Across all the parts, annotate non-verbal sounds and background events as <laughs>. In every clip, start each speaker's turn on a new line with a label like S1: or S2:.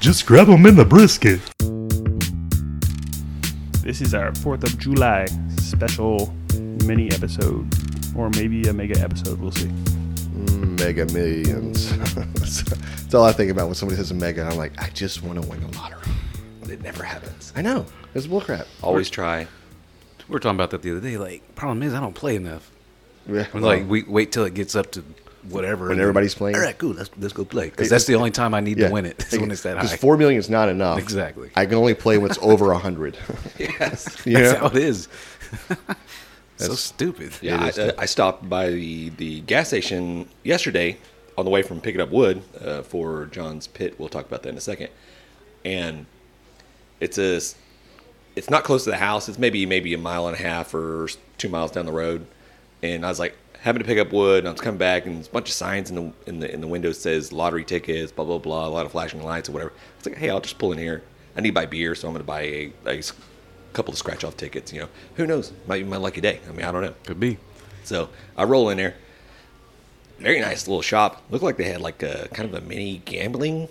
S1: Just grab them in the brisket.
S2: This is our 4th of July special mini episode, or maybe a mega episode. We'll see.
S3: Mega Millions. <laughs> that's, that's all I think about when somebody says mega. I'm like, I just want to win the lottery. But it never happens. I know. It's bullcrap.
S4: Always try. We were talking about that the other day. Like, problem is, I don't play enough.
S3: Yeah,
S4: I'm like, we wait till it gets up to whatever. and then,
S3: everybody's playing?
S4: All right, cool. Let's let's go play because that's the only time I need to win it. is when it's that
S3: Because
S4: high.
S3: four million is not enough.
S4: Exactly.
S3: I can only play when it's over a
S4: <laughs>
S3: hundred. <laughs>
S4: yes,
S3: Yeah.
S4: that's how it is. <laughs> so stupid.
S3: It
S4: Yeah.
S3: is
S2: uh,
S5: I, I stopped by the, the gas station yesterday on the way from picking up wood uh, for John's pit. We'll talk about that in a second. And it's a s- it's not close to the house. It's maybe maybe a mile and a half or s- two miles down the road. And I was like having to pick up wood. And I was coming back, and there's a bunch of signs in the in the in the window says lottery tickets, blah blah blah, a lot of flashing lights or whatever. I was like, hey, I'll just pull in here. I need to buy beer, so I'm going to buy a, a s- couple of scratch off tickets. You know, who knows? Might be my lucky day. I mean, I don't know.
S4: Could be.
S5: So I roll in there. Very nice little shop. Looked like they had like a kind of a mini gambling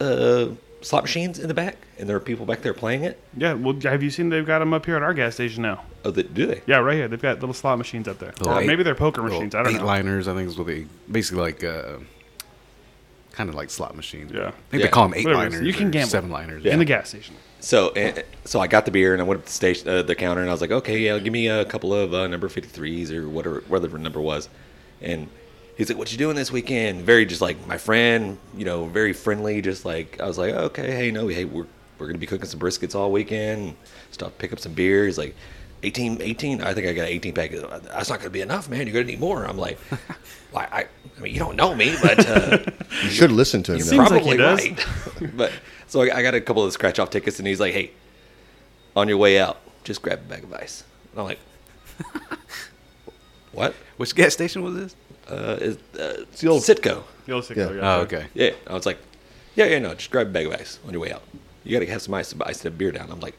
S5: uh, slot machines in the back, and there are people back there playing it.
S2: Yeah, well, have you seen they've got them up here at our gas station now?
S5: Oh, they, do they?
S2: Yeah, right here. They've got little slot machines up there.
S4: Little
S2: Or
S4: eight-
S2: Uh, maybe they're poker
S4: little
S2: machines. I don't
S4: eight
S2: know.
S4: liners. I think is what they basically like. Uh, kind of like slot machines.
S2: Yeah.
S4: I think they
S5: Yeah.
S4: call them eight
S2: Whatever it is.
S4: liners.
S2: You can
S4: or
S2: gamble.
S4: seven liners.
S2: In the gas station.
S5: So, and, so I got the beer and I went up to the station, uh, the counter, and I was like, okay, yeah, give me a couple of uh, number fifty threes or whatever, whatever number was. And he's like, what you doing this weekend? Very just like my friend, you know, very friendly. Just like I was like, okay, hey, no, hey, we're we're gonna be cooking some briskets all weekend. Stop, to pick up some beer. He's like. 18, 18, I think I got an 18 pack. He's like, That's not going to be enough, man. You're going to need more. I'm like, <laughs> why? I, I mean, you don't know me, but uh,
S3: You should listen to him.
S5: He's
S3: though.
S2: Seems like he
S5: probably
S2: does.
S5: right. <laughs> but so I, I got a couple of scratch off tickets, and he's like, "Hey, on your way out, just grab a bag of ice." And I'm like, "What?
S4: Which gas station was this?
S5: Uh, is uh, it's
S3: the old-
S5: Citgo?"
S2: The old six
S3: Yeah.
S2: though,
S4: Oh, okay.
S5: Yeah. I was like, "Yeah, yeah, no, just grab a bag of ice on your way out. You gotta have some ice to ice the beer down." I'm like,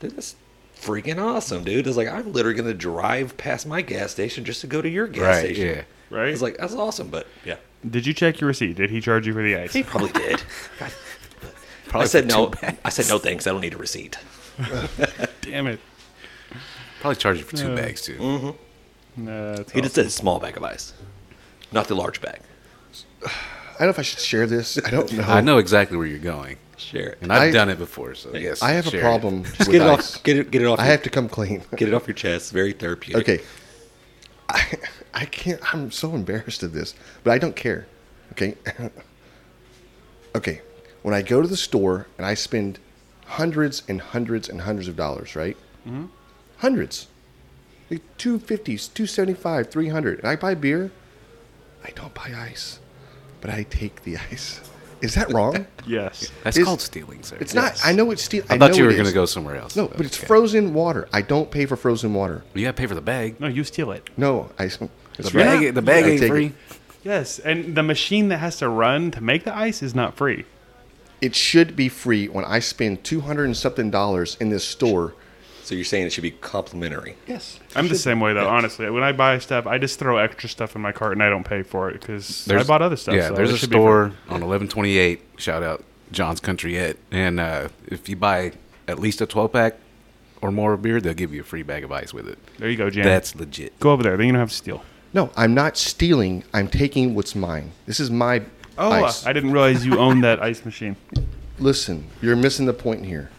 S5: "Dude, that's freaking awesome, dude." It's like I'm literally gonna drive past my gas station just to go to your gas
S4: Right,
S5: station.
S4: yeah.
S2: Right?
S5: It's like that's awesome, but yeah,
S2: Did you check your receipt? Did he charge you for the ice?
S5: he probably <laughs> did. God
S4: Probably
S5: I said
S4: for
S5: no.
S4: two bags.
S5: I said no, thanks. I don't need a receipt.
S2: <laughs> Damn it.
S4: Probably charge you for two bags too.
S3: Mm-hmm.
S2: No, that's
S5: He just said a small bag of ice, not the large bag.
S3: I don't know if I should share this. I don't know.
S4: I know exactly where you're going,
S5: Share it.
S4: and I've
S3: I-
S4: done it before. So yes,
S3: I have a
S4: share it.
S3: problem. with
S5: Get it
S3: ice.
S5: off. Get it. Get it off.
S3: I
S5: your,
S3: have to come clean. <laughs>
S5: get it off your chest. Very therapeutic.
S3: Okay. <laughs> I, I can't. I'm so embarrassed of this, but I don't care. Okay. <laughs> okay. When I go to the store and I spend hundreds and hundreds and hundreds of dollars, right? Mm-hmm. Hundreds. Like 250s, 275, 300. And I buy beer. I don't buy ice, but I take the ice. Is that
S4: <laughs>
S3: wrong?
S2: Yes.
S4: That's
S3: It's-
S4: called stealing, sir.
S3: it's not. I know it's steal.
S4: I, thought you were going to go somewhere else.
S3: No, but it's
S4: Okay.
S3: frozen water. I don't pay for frozen water.
S4: You got to pay for the bag.
S2: No, you steal it.
S3: No, I. That's
S4: The
S3: right.
S4: bag, the bag
S3: I
S4: ain't
S3: take
S4: free.
S3: It.
S2: Yes, and the machine that has to run to make the ice is not free.
S3: It should be free when I spend two hundred and something dollars in this store.
S5: So you're saying it should be complimentary.
S3: Yes,
S2: I'm the same way though. Honestly, when I buy stuff, I just throw extra stuff in my cart and I don't pay for it because I
S4: There's-
S2: bought other stuff.
S4: Yeah,
S2: so
S4: there's
S2: it
S4: a
S2: should be free.
S4: store on 1128. Shout out John's Country Ed. And uh, if you buy at least a 12 pack or more of beer, they'll give you a free bag of ice with it.
S2: There you go, Jan.
S4: That's legit.
S2: go over there. Then you don't have to steal.
S3: No, I'm not stealing. I'm taking what's mine. This is my
S2: Oh,
S3: ice.
S2: I didn't realize you owned that ice <laughs> machine.
S3: Listen, you're missing the point here.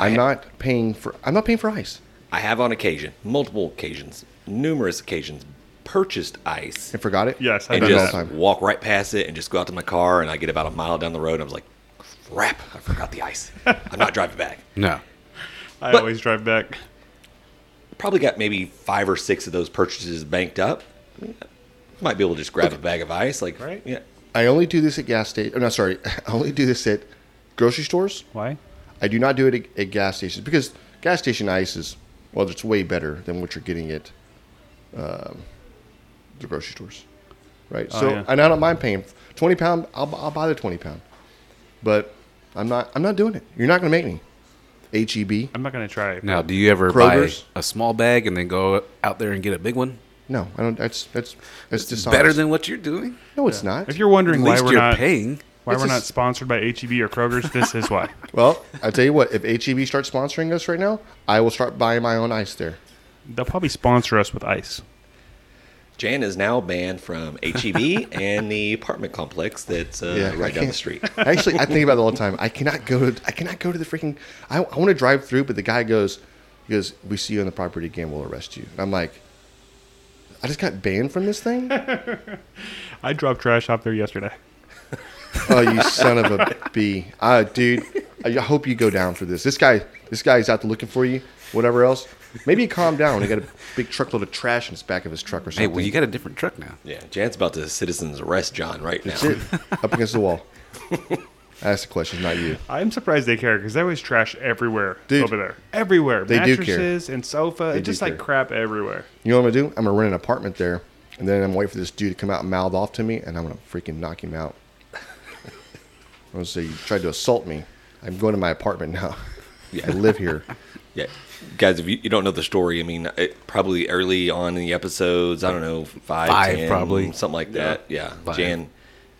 S3: I'm not paying for. I'm not paying for ice.
S5: I have on occasion, multiple occasions, numerous occasions, purchased ice
S3: I forgot it.
S2: Yes, I've
S5: and
S2: done
S3: it all
S5: just
S3: the time.
S5: walk right past it and just go out to my car and I get about a mile down the road and I was like, crap, I forgot the
S3: <laughs>
S5: ice. I'm not driving back.
S4: No.
S2: I
S5: But-
S2: always drive back.
S5: Probably got maybe five or six of those purchases banked up. Might be able to just grab a bag of ice, like
S2: Right.
S5: Yeah,
S3: I only do this at gas stations. No, sorry. <laughs> I only do this at grocery stores.
S2: Why?
S3: I do not do it at, at gas stations because gas station ice is well, it's way better than what you're getting at um, the grocery stores, right? so,
S2: Oh, yeah.
S3: and I don't mind paying twenty pound. I'll, bu- I'll buy the twenty pound, but I'm not. I'm not doing it. You're not going to make me. H E B.
S2: I'm not gonna try it.
S4: Now, do you ever
S3: Kroger's?
S4: buy a small bag and then go out there and get a big one?
S3: No, I don't. That's that's that's dishonest.
S4: Better than what you're doing?
S3: no, it's not.
S2: If you're wondering
S4: At
S2: why
S4: least
S2: we're
S4: you're
S2: not,
S4: paying.
S2: Why
S3: It's
S2: we're
S3: a
S2: not
S3: s-
S2: sponsored by HEB or Kroger's? This is why.
S3: Well, I tell you what, if HEB starts sponsoring us right now, I will start buying my own ice there.
S2: They'll probably sponsor us with ice.
S5: Jan is now
S3: <laughs>
S5: banned from HEB and the apartment complex that's uh,
S3: Yeah, I
S5: right
S3: <laughs>
S5: down the
S3: can't-
S5: street.
S3: Actually, I think about it all the time. I cannot go to I cannot go to the freaking. I, I want to drive through, but the guy goes, he goes, we see you on the property again. We'll arrest you. And I'm like, I just got banned from this thing.
S2: I dropped trash off there yesterday.
S3: Oh, you son of a b, uh, dude. I hope you go down for this. This guy, this guy's out there looking for you. Whatever else, maybe you calm down. He got a big truckload of trash in his back of his truck or
S4: Hey,
S3: something.
S4: well, you got a different truck now.
S5: Yeah, Jan's about to citizens arrest John right now.
S3: That's it. <laughs> Up against the wall. I asked the question, not you.
S2: I'm surprised they care because there was trash everywhere
S3: Dude,
S2: over there. Everywhere.
S3: they do care.
S2: Mattresses and sofa.
S3: They
S2: it's
S3: do
S2: just like
S3: care.
S2: crap everywhere.
S3: You know what I'm gonna do? I'm gonna rent an apartment there, and then I'm gonna wait for this dude to come out and mouth off to me, and I'm gonna freaking knock him
S5: <laughs>
S3: out. I'm gonna say you tried to assault me. I'm going to my apartment
S5: <laughs>
S3: now. I live here.
S5: Yeah, guys, if you, you don't know the story, I mean, it, probably early on in the episodes, I don't know, five,
S4: Five,
S5: 10,
S4: probably.
S5: something like that. Yeah,
S4: Five.
S5: Jan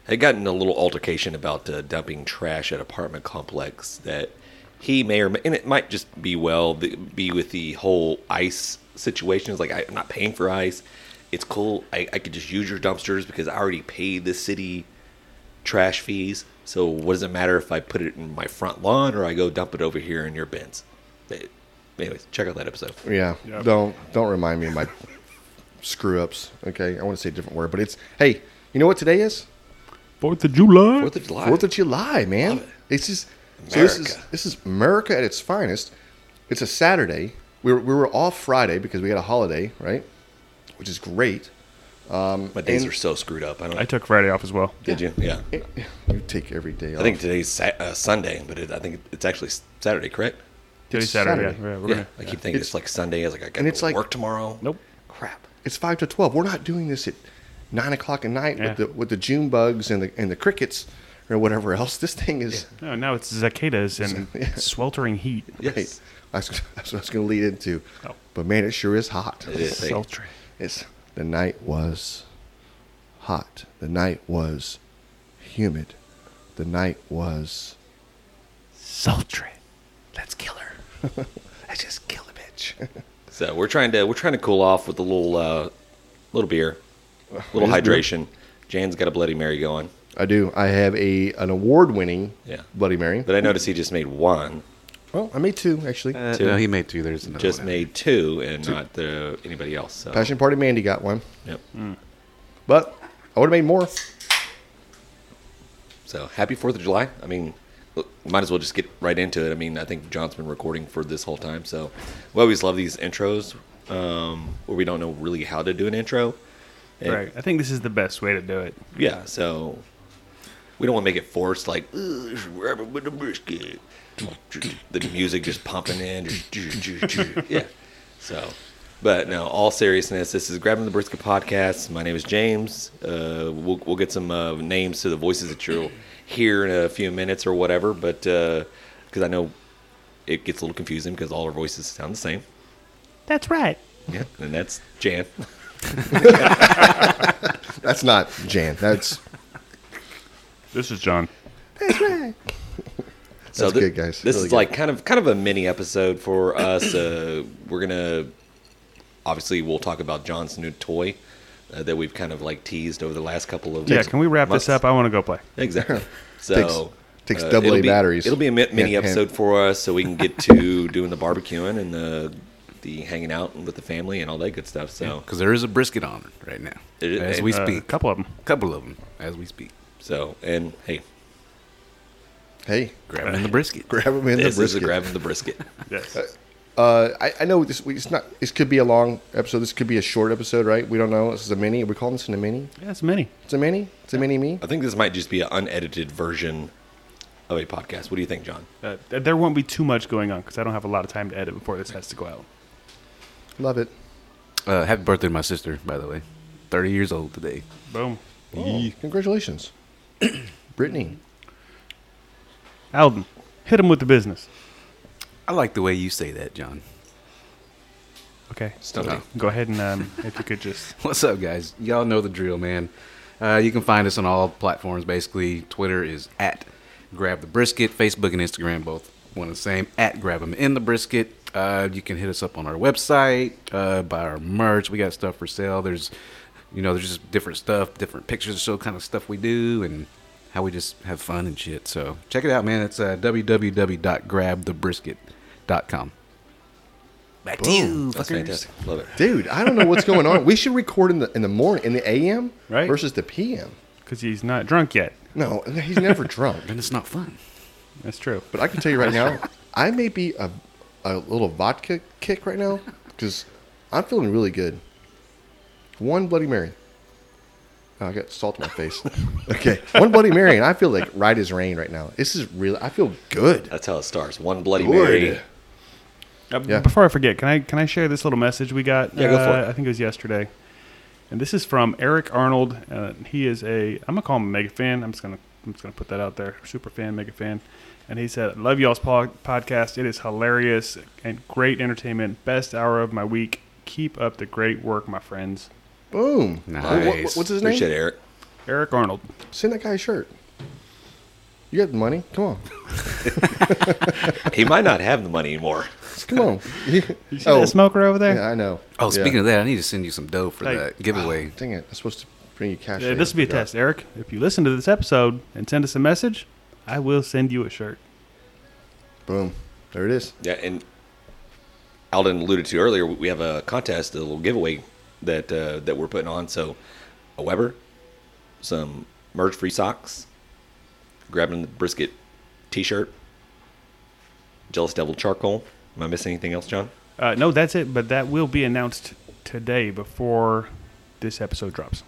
S5: had gotten a little altercation about uh, dumping trash at apartment complex that he may or may, and it might just be well the, be with the whole ice situation. It's like I, I'm not paying for ice. It's cool. I, I could just use your dumpsters because I already paid the city trash fees. So what does it matter if I put it in my front lawn or I go dump it over here in your bins? It- anyways, check out that episode. <laughs>
S3: Yeah.
S2: Yep.
S3: Don't don't remind me of my screw ups. Okay. I want to say a different word, but it's hey. You know what today is?
S2: Fourth of July.
S5: Fourth of July.
S3: Fourth of July, man.
S5: Love it.
S3: It's just so this is
S5: America.
S3: this is America at its finest. It's a Saturday. We were, we were off Friday because we had a holiday, right? Which is great.
S5: My days
S3: and-
S5: are so screwed up. I don't.
S2: I took Friday off as well.
S5: did you? Yeah.
S3: You take every day off.
S5: I think today's sa- uh, Sunday, but it, I think it's actually s- Saturday, correct?
S2: Today's
S3: It's
S2: Saturday.
S3: Saturday.
S2: Yeah, yeah, we're
S5: Yeah.
S2: Gonna,
S5: I keep thinking it's, like Sunday. I was like, I got to
S3: it's like-
S5: work tomorrow.
S2: nope.
S5: Crap.
S3: it's five to twelve. We're not doing this at nine o'clock at night
S2: Yeah.
S3: with the with the June bugs and the and the crickets or whatever else. This thing is
S2: No, now it's cicadas <laughs> and sweltering heat.
S5: Yes.
S3: right. That's, that's what I was going to lead into.
S2: Oh.
S3: But man, it sure is hot.
S5: It is.
S2: Sultry.
S3: It's the night was hot. The night was humid. The night was
S2: Sultry.
S5: Let's kill her. Let's just kill the bitch. so we're trying to we're trying to cool off with a little uh, little beer, little
S3: It is beer.
S5: hydration. Jan's got a Bloody Mary going,
S3: I do. I have a an award winning
S5: Yeah.
S3: Bloody Mary.
S5: but I noticed he just made one.
S3: well, I made two actually.
S4: Uh,
S5: Two.
S4: no, he made two. There's another
S5: just
S4: one.
S5: made two and not the, anybody else. So.
S3: Passion Party Mandy got one,
S5: Yep.
S3: but I would have made more.
S5: So happy Fourth of July. I mean, look, might as well just get right into it. I mean, I think John's been recording for this whole time, so we always love these intros um, where we don't know really how to do an intro. And-
S2: Right. I think this is the best way to do it.
S5: Yeah. So we don't want to make it forced, like "Ooh, it's Robert with the brisket. The music just pumping in. yeah. So, but no, all seriousness, this is grabbing the brisket podcast. My name is James. Uh, we'll we'll get some uh, names to the voices that you'll hear in a few minutes or whatever, but because I know it gets a little confusing because all our voices sound the same.
S2: That's right.
S5: Yeah, and that's Jan.
S3: That's not Jan. That's
S2: This is John.
S5: So
S3: That's
S5: thi-
S3: good, guys.
S5: This
S3: Really
S5: is
S3: good.
S5: like kind of kind of a mini episode for us. Uh, we're gonna obviously we'll talk about John's new toy uh, that we've kind of like teased over the last couple of
S2: Yeah, can we wrap this up? I want to go play.
S3: <laughs>
S5: Exactly. So uh,
S3: takes double
S5: it'll
S3: A
S5: be-
S3: batteries.
S5: It'll be a mi- mini
S3: Yeah, yeah.
S5: episode for us, so we can get to <laughs> doing the barbecuing and the the hanging out with the family and all that good stuff. So
S4: Because there is a brisket on right now.
S5: It-
S4: as
S5: it-
S4: we
S5: uh,
S2: A
S4: speak.
S2: couple of them.
S4: couple of them as we speak.
S5: so and hey,
S3: hey,
S4: Grabbing the brisket.
S3: grab him in
S5: this
S3: the
S5: is a
S3: brisket.
S5: grabbing the
S3: <laughs>
S5: brisket.
S2: Yes.
S3: Uh, I, I know this. We, it's not. This could be a long episode. This could be a short episode, right? We don't know. This is a mini. Are we calling this a mini?
S2: yeah, it's many.
S3: It's a mini. It's a mini me.
S5: I think this might just be an unedited version of a podcast. What do you think, John?
S2: Uh, th- there won't be too much going on because I don't have a lot of time to edit before this has to go out.
S3: Love it.
S4: Uh, happy birthday to my sister, by the way. 30 years old today.
S2: Boom.
S3: Oh, congratulations, <coughs> Brittany.
S2: Alden, hit him with the business.
S4: I like the way you say that, John.
S2: Okay.
S5: Stunning.
S2: Go ahead and um, if you could just
S4: <laughs> What's up, guys? Y'all know the drill, man. Uh, you can find us on all platforms. Basically, Twitter is at Grab the Brisket. Facebook and Instagram both one and the same at Grab 'em in the Brisket. Uh, you can hit us up on our website, uh, buy our merch. We got stuff for sale. There's, you know, there's just different stuff, different pictures, so kind of stuff we do, and how we just have fun and shit. So check it out, man. It's uh, www.grabthebrisket.com. Back to you,
S5: That's
S4: fuckers.
S5: fantastic. Love it.
S3: Dude, I don't know what's going on. We should record in the in the morning, in the AM,
S2: Right.
S3: versus the PM.
S2: because he's not drunk yet.
S3: No, he's never <laughs> drunk.
S4: And it's not fun.
S2: That's true.
S3: But I can tell you right now, I may be a, a little vodka kick right now because I'm feeling really good. One Bloody Mary. Oh, I got salt in my face. Okay, <laughs> one Bloody Mary, and I feel like right as rain right now. This is really. I feel good.
S5: That's how it starts. One bloody
S3: Lord.
S5: Mary.
S2: Uh,
S3: Yeah.
S2: Before I forget, can I can I share this little message we got? Uh,
S5: Yeah, go for it.
S2: I think it was yesterday, and this is from Eric Arnold. Uh, he is a I'm gonna call him a mega fan. I'm just gonna I'm just gonna put that out there. Super fan, mega fan. And he said, "Love y'all's po- podcast. It is hilarious and great entertainment. Best hour of my week. Keep up the great work, my friends."
S3: Boom.
S4: Nice.
S3: What- what- what's his name?
S5: Appreciate it, Eric.
S2: Eric Arnold.
S3: Send that guy a shirt. You got the money? Come on,
S5: He might not have the money anymore.
S3: come on. <laughs> You
S2: You see
S5: Oh.
S2: that smoker over there?
S3: Yeah, I know.
S4: Oh,
S3: Yeah.
S4: speaking of that, I need to send you some dough for
S2: Hey. <sighs>
S4: that giveaway.
S3: Dang it! I'm supposed to bring you cash.
S2: Yeah,
S3: later.
S2: this will be a
S3: Forgot.
S2: test, Eric. If you listen to this episode and send us a message, I will send you a shirt.
S3: Boom. There it is.
S5: Yeah, and Alden alluded to earlier, we have a contest, a little giveaway that uh, that we're putting on. So, a Weber, some merge free socks, grabbing the brisket T-shirt, jealous devil charcoal. Am I missing anything else, John?
S2: Uh, no, that's it. But that will be announced today before this episode drops.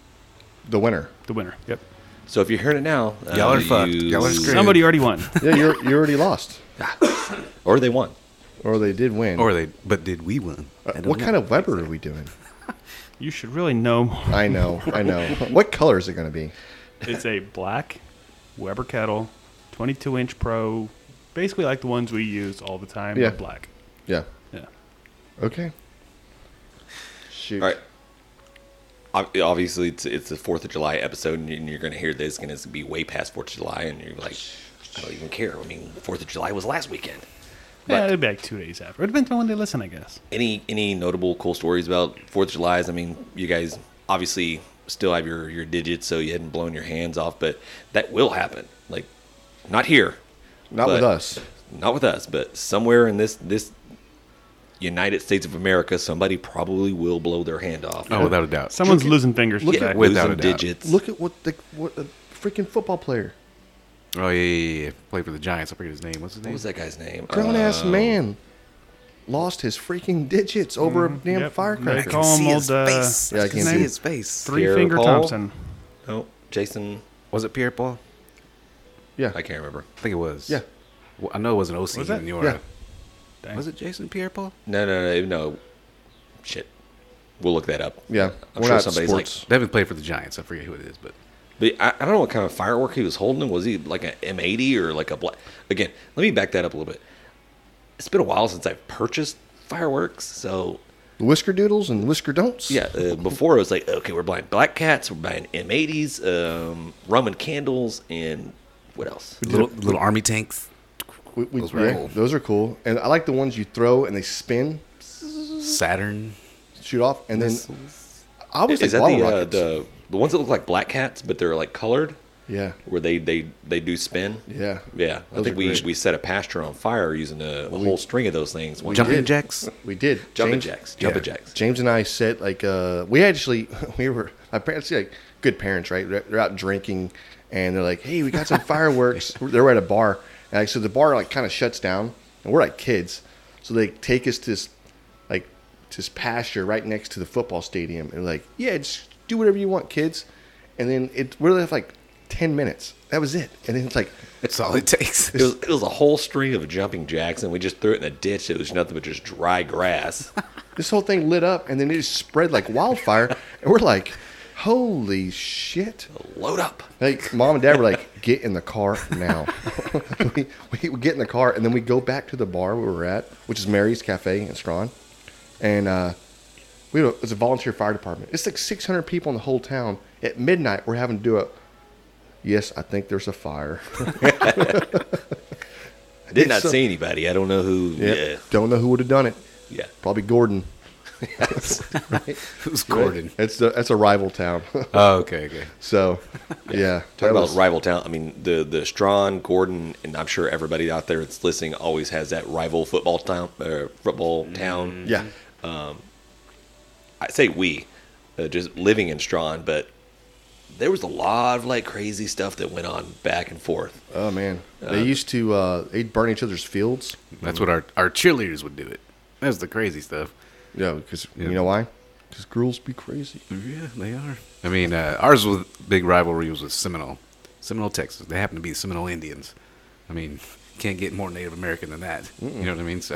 S3: The winner.
S2: The winner. Yep.
S5: So if you're hearing it now, uh,
S4: Y'all are fucked. Y'all are screwed.
S2: Somebody already won. <laughs>
S3: Yeah, you're you already lost,
S5: Or they won.
S3: or they did win.
S4: Or they, but did we win?
S3: Uh, what kind of Weber are we doing?
S2: You should really know. more.
S3: I know, I know.
S5: <laughs>
S3: What color is it going to be?
S2: It's a black Weber kettle, 22 inch pro, basically like the ones we use all the time. but
S3: Yeah.
S2: Black.
S3: Yeah.
S2: Yeah.
S3: Okay. Shoot.
S5: All right. Ob- Obviously, it's it's the Fourth of July episode, and you- and you're going to hear this, and it's going to be way past Fourth of July, and you're like, I don't even care. I mean, Fourth of July was last weekend.
S2: yeah, it'd be like two days after. It depends on when they listen, I guess.
S5: any any notable cool stories about Fourth of July's? I mean, you guys obviously still have your your digits, so you hadn't blown your hands off, but that will happen. Like, not here,
S3: Not
S5: but-
S3: with us.
S5: not with us, but somewhere in this this United States of America, somebody probably will blow their hand off.
S4: Oh, without a doubt.
S2: Someone's losing fingers
S3: Uh, look
S2: today.
S3: at-
S5: losing
S4: without a doubt.
S5: digits.
S3: Look at what the what a freaking football player,
S4: Oh yeah, yeah, yeah. Played for the Giants. I forget his name. What's his name?
S5: what was that guy's name?
S3: grown ass
S5: Um,
S3: man, lost his freaking digits over a damn
S2: Mm-hmm. Yep. They
S3: firecracker.
S2: call him old uh,
S3: Yeah, I
S2: what's
S3: can
S2: his
S3: see
S2: name?
S3: his
S4: face.
S2: Three
S5: Pierre
S2: Finger
S5: Paul?
S2: Thompson.
S5: No, Jason.
S4: Was it Pierre Paul?
S3: yeah.
S5: I can't remember.
S4: I think it was.
S3: Yeah.
S4: Well, I know it was an OC
S2: Was
S4: in
S2: it?
S4: New York.
S3: Yeah.
S2: Dang.
S4: Was it Jason Pierre Paul?
S5: No, no, no, no. Shit, we'll look that up.
S3: Yeah,
S5: I'm
S3: we're
S5: sure
S3: not
S5: somebody's like,
S3: sports.
S4: Devin played for the Giants. I forget who it is, but
S5: But I, I don't know what kind of firework he was holding. Was he like an M80 or like a black? Again, let me back that up a little bit. It's been a while since I've purchased fireworks, so
S3: Whisker doodles and whisker don'ts.
S5: yeah. Uh, before it was like, okay, we're buying black cats, we're buying M80s, um, Roman candles, and what else?
S4: little little army tanks.
S3: We, we,
S4: Those
S3: those,
S4: were
S3: yeah
S4: cool.
S3: those are cool. And I like the ones you throw and they spin,
S4: Saturn.
S3: shoot off, and then I always like
S5: Is that
S3: bottle
S5: the, uh,
S3: rockets.
S5: the the ones that look like black cats, but they're like colored,
S3: yeah,
S5: where they they they do spin?
S3: yeah,
S5: Yeah, I
S3: Those
S5: think
S3: are
S5: we,
S3: great.
S5: we set a pasture on fire using a, a whole string of those things. one
S4: Jumping
S5: year.
S4: jacks.
S3: We did
S5: jumping
S3: James-
S5: jacks, jumping jacks.
S3: James and I set like uh, we actually <laughs> we were my parents like good parents right they're they're out drinking and they're like hey we got
S5: <laughs>
S3: some fireworks they were at a bar and like, so the bar like kind of shuts down and we're like kids so they take us to this like to this pasture right next to the football stadium and like yeah just do whatever you want kids and then it we're left like ten minutes that was it and then it's like
S4: That's all it takes.
S5: It was,
S4: <laughs>
S5: it was a whole string of jumping jacks, and we just threw it in a ditch. It was nothing but just
S3: <laughs>
S5: dry grass.
S3: this whole thing lit up and then it just spread like wildfire and we're like holy shit.
S5: Load up.
S3: Like mom and dad were like, "Get in the car now." <laughs> we, we would get in the car and then we go back to the bar we were at, which is Mary's Cafe in Strawn, and uh, we We had a, it's a volunteer fire department. It's like 600 people in the whole town. At midnight, we're having to do a. Yes, I think there's a
S5: <laughs>
S3: fire.
S5: I did not
S3: so-
S5: see anybody. I don't know who.
S3: Yep. Don't know who would have done it.
S5: Yeah.
S3: Probably Gordon.
S5: Yeah. Yes.
S3: <laughs>
S4: Who's Gordon?
S3: It's the, that's a rival town. <laughs>
S4: Oh, okay, okay.
S3: so, yeah.
S5: Talk
S3: that
S5: about
S3: was-
S5: rival town. I mean, the the Strawn, Gordon, and I'm sure everybody out there that's listening always has that rival football town. Uh, football town.
S3: Yeah.
S5: I say we, uh, just living in Strawn, but there was a lot of like crazy stuff that went on back and forth.
S3: Oh, man. They used to, uh, they'd burn each other's fields.
S4: That's what our, our cheerleaders would do it. That's the crazy stuff.
S3: Yeah, because
S4: Yeah.
S3: you know why? Because girls be crazy.
S4: Yeah, they are. I mean, uh, ours was big rivalry was with Seminole, Seminole, Texas. They happen to be the Seminole Indians. I mean, can't get more Native American than that. You know what I mean? <laughs> So,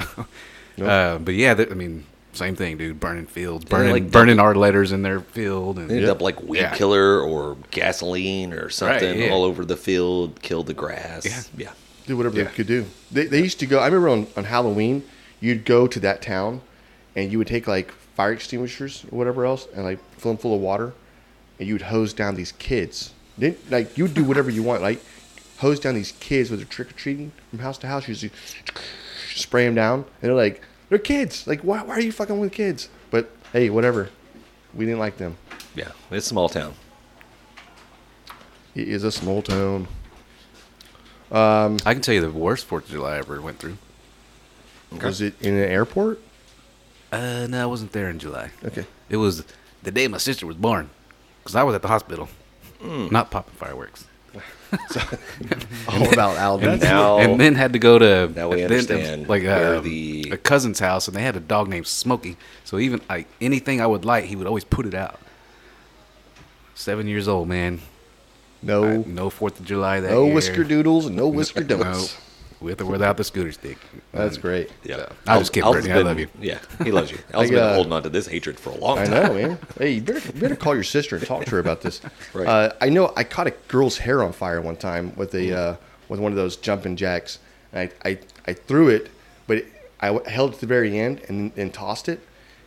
S4: uh, but yeah, that, I mean, same thing, dude. Burning fields, burning,
S5: like-
S4: burning our letters in their field, and
S5: They ended up like weed
S4: Yeah.
S5: killer or gasoline or something
S4: yeah.
S5: all over the field, kill the grass.
S4: Yeah.
S5: yeah.
S3: do whatever
S4: Yeah.
S3: they could do. They, they used to go. I remember on, on Halloween, you'd go to that town, and you would take like fire extinguishers or whatever else, and like fill them full of water, and you'd hose down these kids. Then like you'd do whatever you want, like hose down these kids with their trick or treating from house to house. You just spray them down, and they're like, they're kids. Like why, why are you fucking with kids? But hey, whatever. We didn't like them.
S5: Yeah, it's a small town.
S3: It is a small town.
S4: I can tell you the worst Fourth of July I ever went through.
S3: Was it in an airport?
S4: Uh, no, I wasn't there in July.
S3: Okay.
S4: It was the day my sister was born, because I was at the hospital,
S3: Hmm.
S4: not popping
S3: <laughs>
S4: fireworks.
S3: All about Alabama.
S5: And now,
S4: and then had to go to
S5: Now we
S4: then,
S5: understand
S4: like
S5: where
S4: uh,
S5: the-
S4: a cousin's house, and they had a dog named Smokey. So even like anything I would like, he would always put it out. Seven years old, man.
S3: no.
S4: I- no Fourth of July that
S3: No
S4: year.
S3: whisker doodles, no whisker
S4: <laughs> No,
S3: donuts. Uh,
S4: with or without the scooter stick.
S3: That's great.
S5: yeah,
S4: I'll just kid
S5: Al's
S4: Brittany, I
S5: been-
S4: love you.
S5: <laughs> Yeah, he loves you. Al's
S3: Like,
S5: been
S3: uh,
S5: holding on to this hatred for a long
S3: I
S5: time. <laughs>
S3: know, man. Hey, you better, you better call your sister and talk to her about this.
S5: Right.
S3: Uh, I know I caught a girl's hair on fire one time with
S5: Mm.
S3: a uh, with one of those jumping jacks. And I, I I threw it, but it, I w- held it to the very end and then tossed it.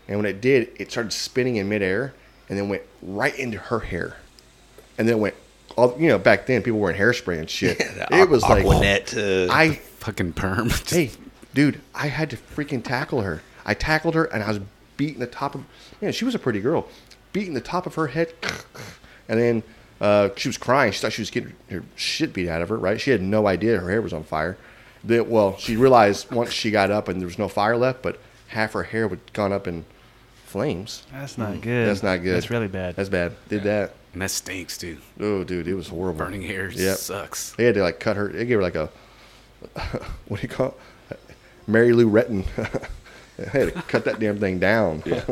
S3: And when it did, it started spinning in midair and then went right into her hair. And then went, all, you know, back then people wearing hairspray and
S5: <laughs>
S3: shit.
S5: The
S3: it was like
S5: Aquanet. Uh,
S3: I
S4: Fucking perm. <laughs> Just-
S3: hey, dude, I had to freaking tackle her. I tackled her and I was beating the top of man, she was a pretty girl. Beating the top of her head <clears throat> and then uh, she was crying. She thought she was getting her shit beat out of her, right? She had no idea her hair was on fire. Then well, she realized once she got up and there was no fire left, but half her hair would gone up in flames.
S2: That's not good.
S3: Mm, That's not good.
S2: That's really bad.
S3: That's bad. Did that.
S4: And that stinks too.
S3: Oh dude, it was horrible.
S4: Burning hair
S3: Yep.
S4: sucks.
S3: They had to like cut her. They gave her like a <laughs> what do you call it? Mary Lou Retton. <laughs> they had to cut that damn thing down. <laughs>
S5: Yeah.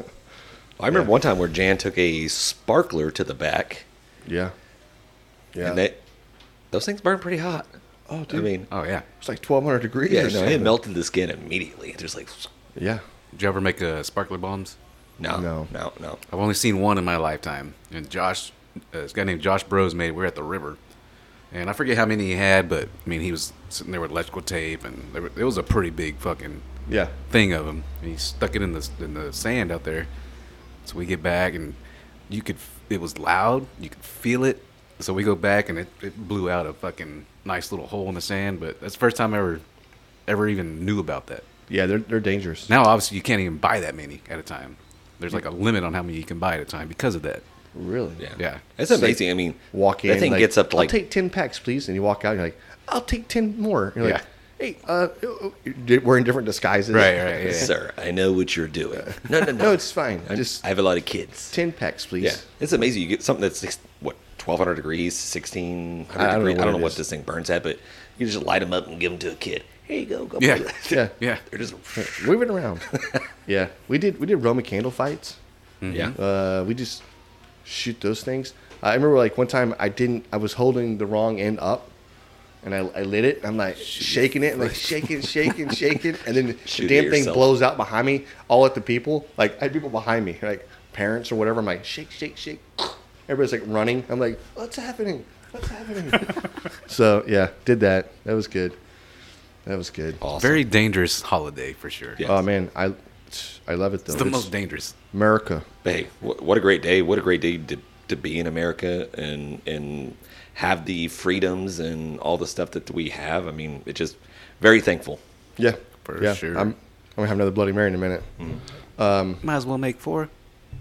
S5: I remember one time where Jan took a sparkler to the back,
S3: yeah. Yeah.
S5: and that those things burn pretty hot. Oh, dude. I mean,
S4: Oh yeah.
S3: it's like twelve hundred degrees.
S5: yeah,
S3: or
S5: no,
S3: something.
S5: it melted the skin immediately. There's like,
S3: Yeah.
S4: Did you ever make uh, sparkler bombs?
S5: no,
S3: No.
S5: no, no, no.
S4: I've only seen one in my lifetime, and Josh, uh, this guy named Josh Bros made. it. We We're at the river, and I forget how many he had, but I mean, he was sitting there with electrical tape, and there, were- it was a pretty big fucking
S3: Yeah.
S4: thing of him. And he stuck it in the in the sand out there. So we get back, and you could f- it was loud, you could feel it. So we go back, and it, it blew out a fucking nice little hole in the sand. But that's the first time I ever ever even knew about that.
S3: Yeah, they're they're dangerous.
S4: Now, obviously, you can't even buy that many at a time. There's like a limit on how many you can buy at a time because of that.
S3: Really?
S5: Yeah,
S4: Yeah.
S5: It's
S3: It's like-
S5: amazing. I mean,
S3: Walk in.
S5: That thing
S3: like,
S5: gets up to like
S3: I'll take ten packs, please, and you walk out. And you're like, I'll take ten more. And you're like, hey, uh, you're wearing different disguises.
S4: right.
S5: Sir, I know what you're doing. No, no,
S3: <laughs>
S5: no.
S3: No, it's fine.
S5: I'm-
S3: Just
S5: I have a lot of kids.
S3: ten packs, please.
S5: Yeah, it's amazing. You get something that's six, what 1200 degrees, 1600
S3: I- I don't know
S5: degrees. I
S3: what
S5: don't know
S3: it
S5: what
S3: is.
S5: this thing burns at, but you just light them up and give them to a kid. Here you go. Go.
S4: Yeah.
S5: play with it.
S3: Yeah.
S4: Yeah.
S5: <laughs> They're just.
S3: Moving
S5: <laughs>
S3: around. yeah. We did we did Roman candle fights.
S5: <laughs> Yeah.
S3: uh, we just shoot those things. I remember like one time I didn't, I was holding the wrong end up, and I, I lit it. And I'm like shaking it, and like shaking, shaking, shaking, and then
S5: <laughs>
S3: the
S5: Shoot
S3: damn
S5: it
S3: thing
S5: yourself.
S3: blows out behind me. All at the people, like I had people behind me, like parents or whatever. I'm like shake, shake, shake. Everybody's like running. I'm like, what's happening? What's
S5: <laughs>
S3: happening? so yeah, did that. That was good. That was good.
S5: Awesome.
S4: Very dangerous holiday for sure.
S5: Yeah.
S3: Oh man, I I love it though.
S4: It's the most dangerous.
S3: America.
S5: But hey, wh- what a great day! What a great day to, to be in America and and have the freedoms and all the stuff that we have. I mean, it's just very thankful.
S3: Yeah.
S4: For
S3: yeah.
S4: sure.
S3: I'm, I'm gonna have another Bloody Mary in a minute.
S4: Might as well make four.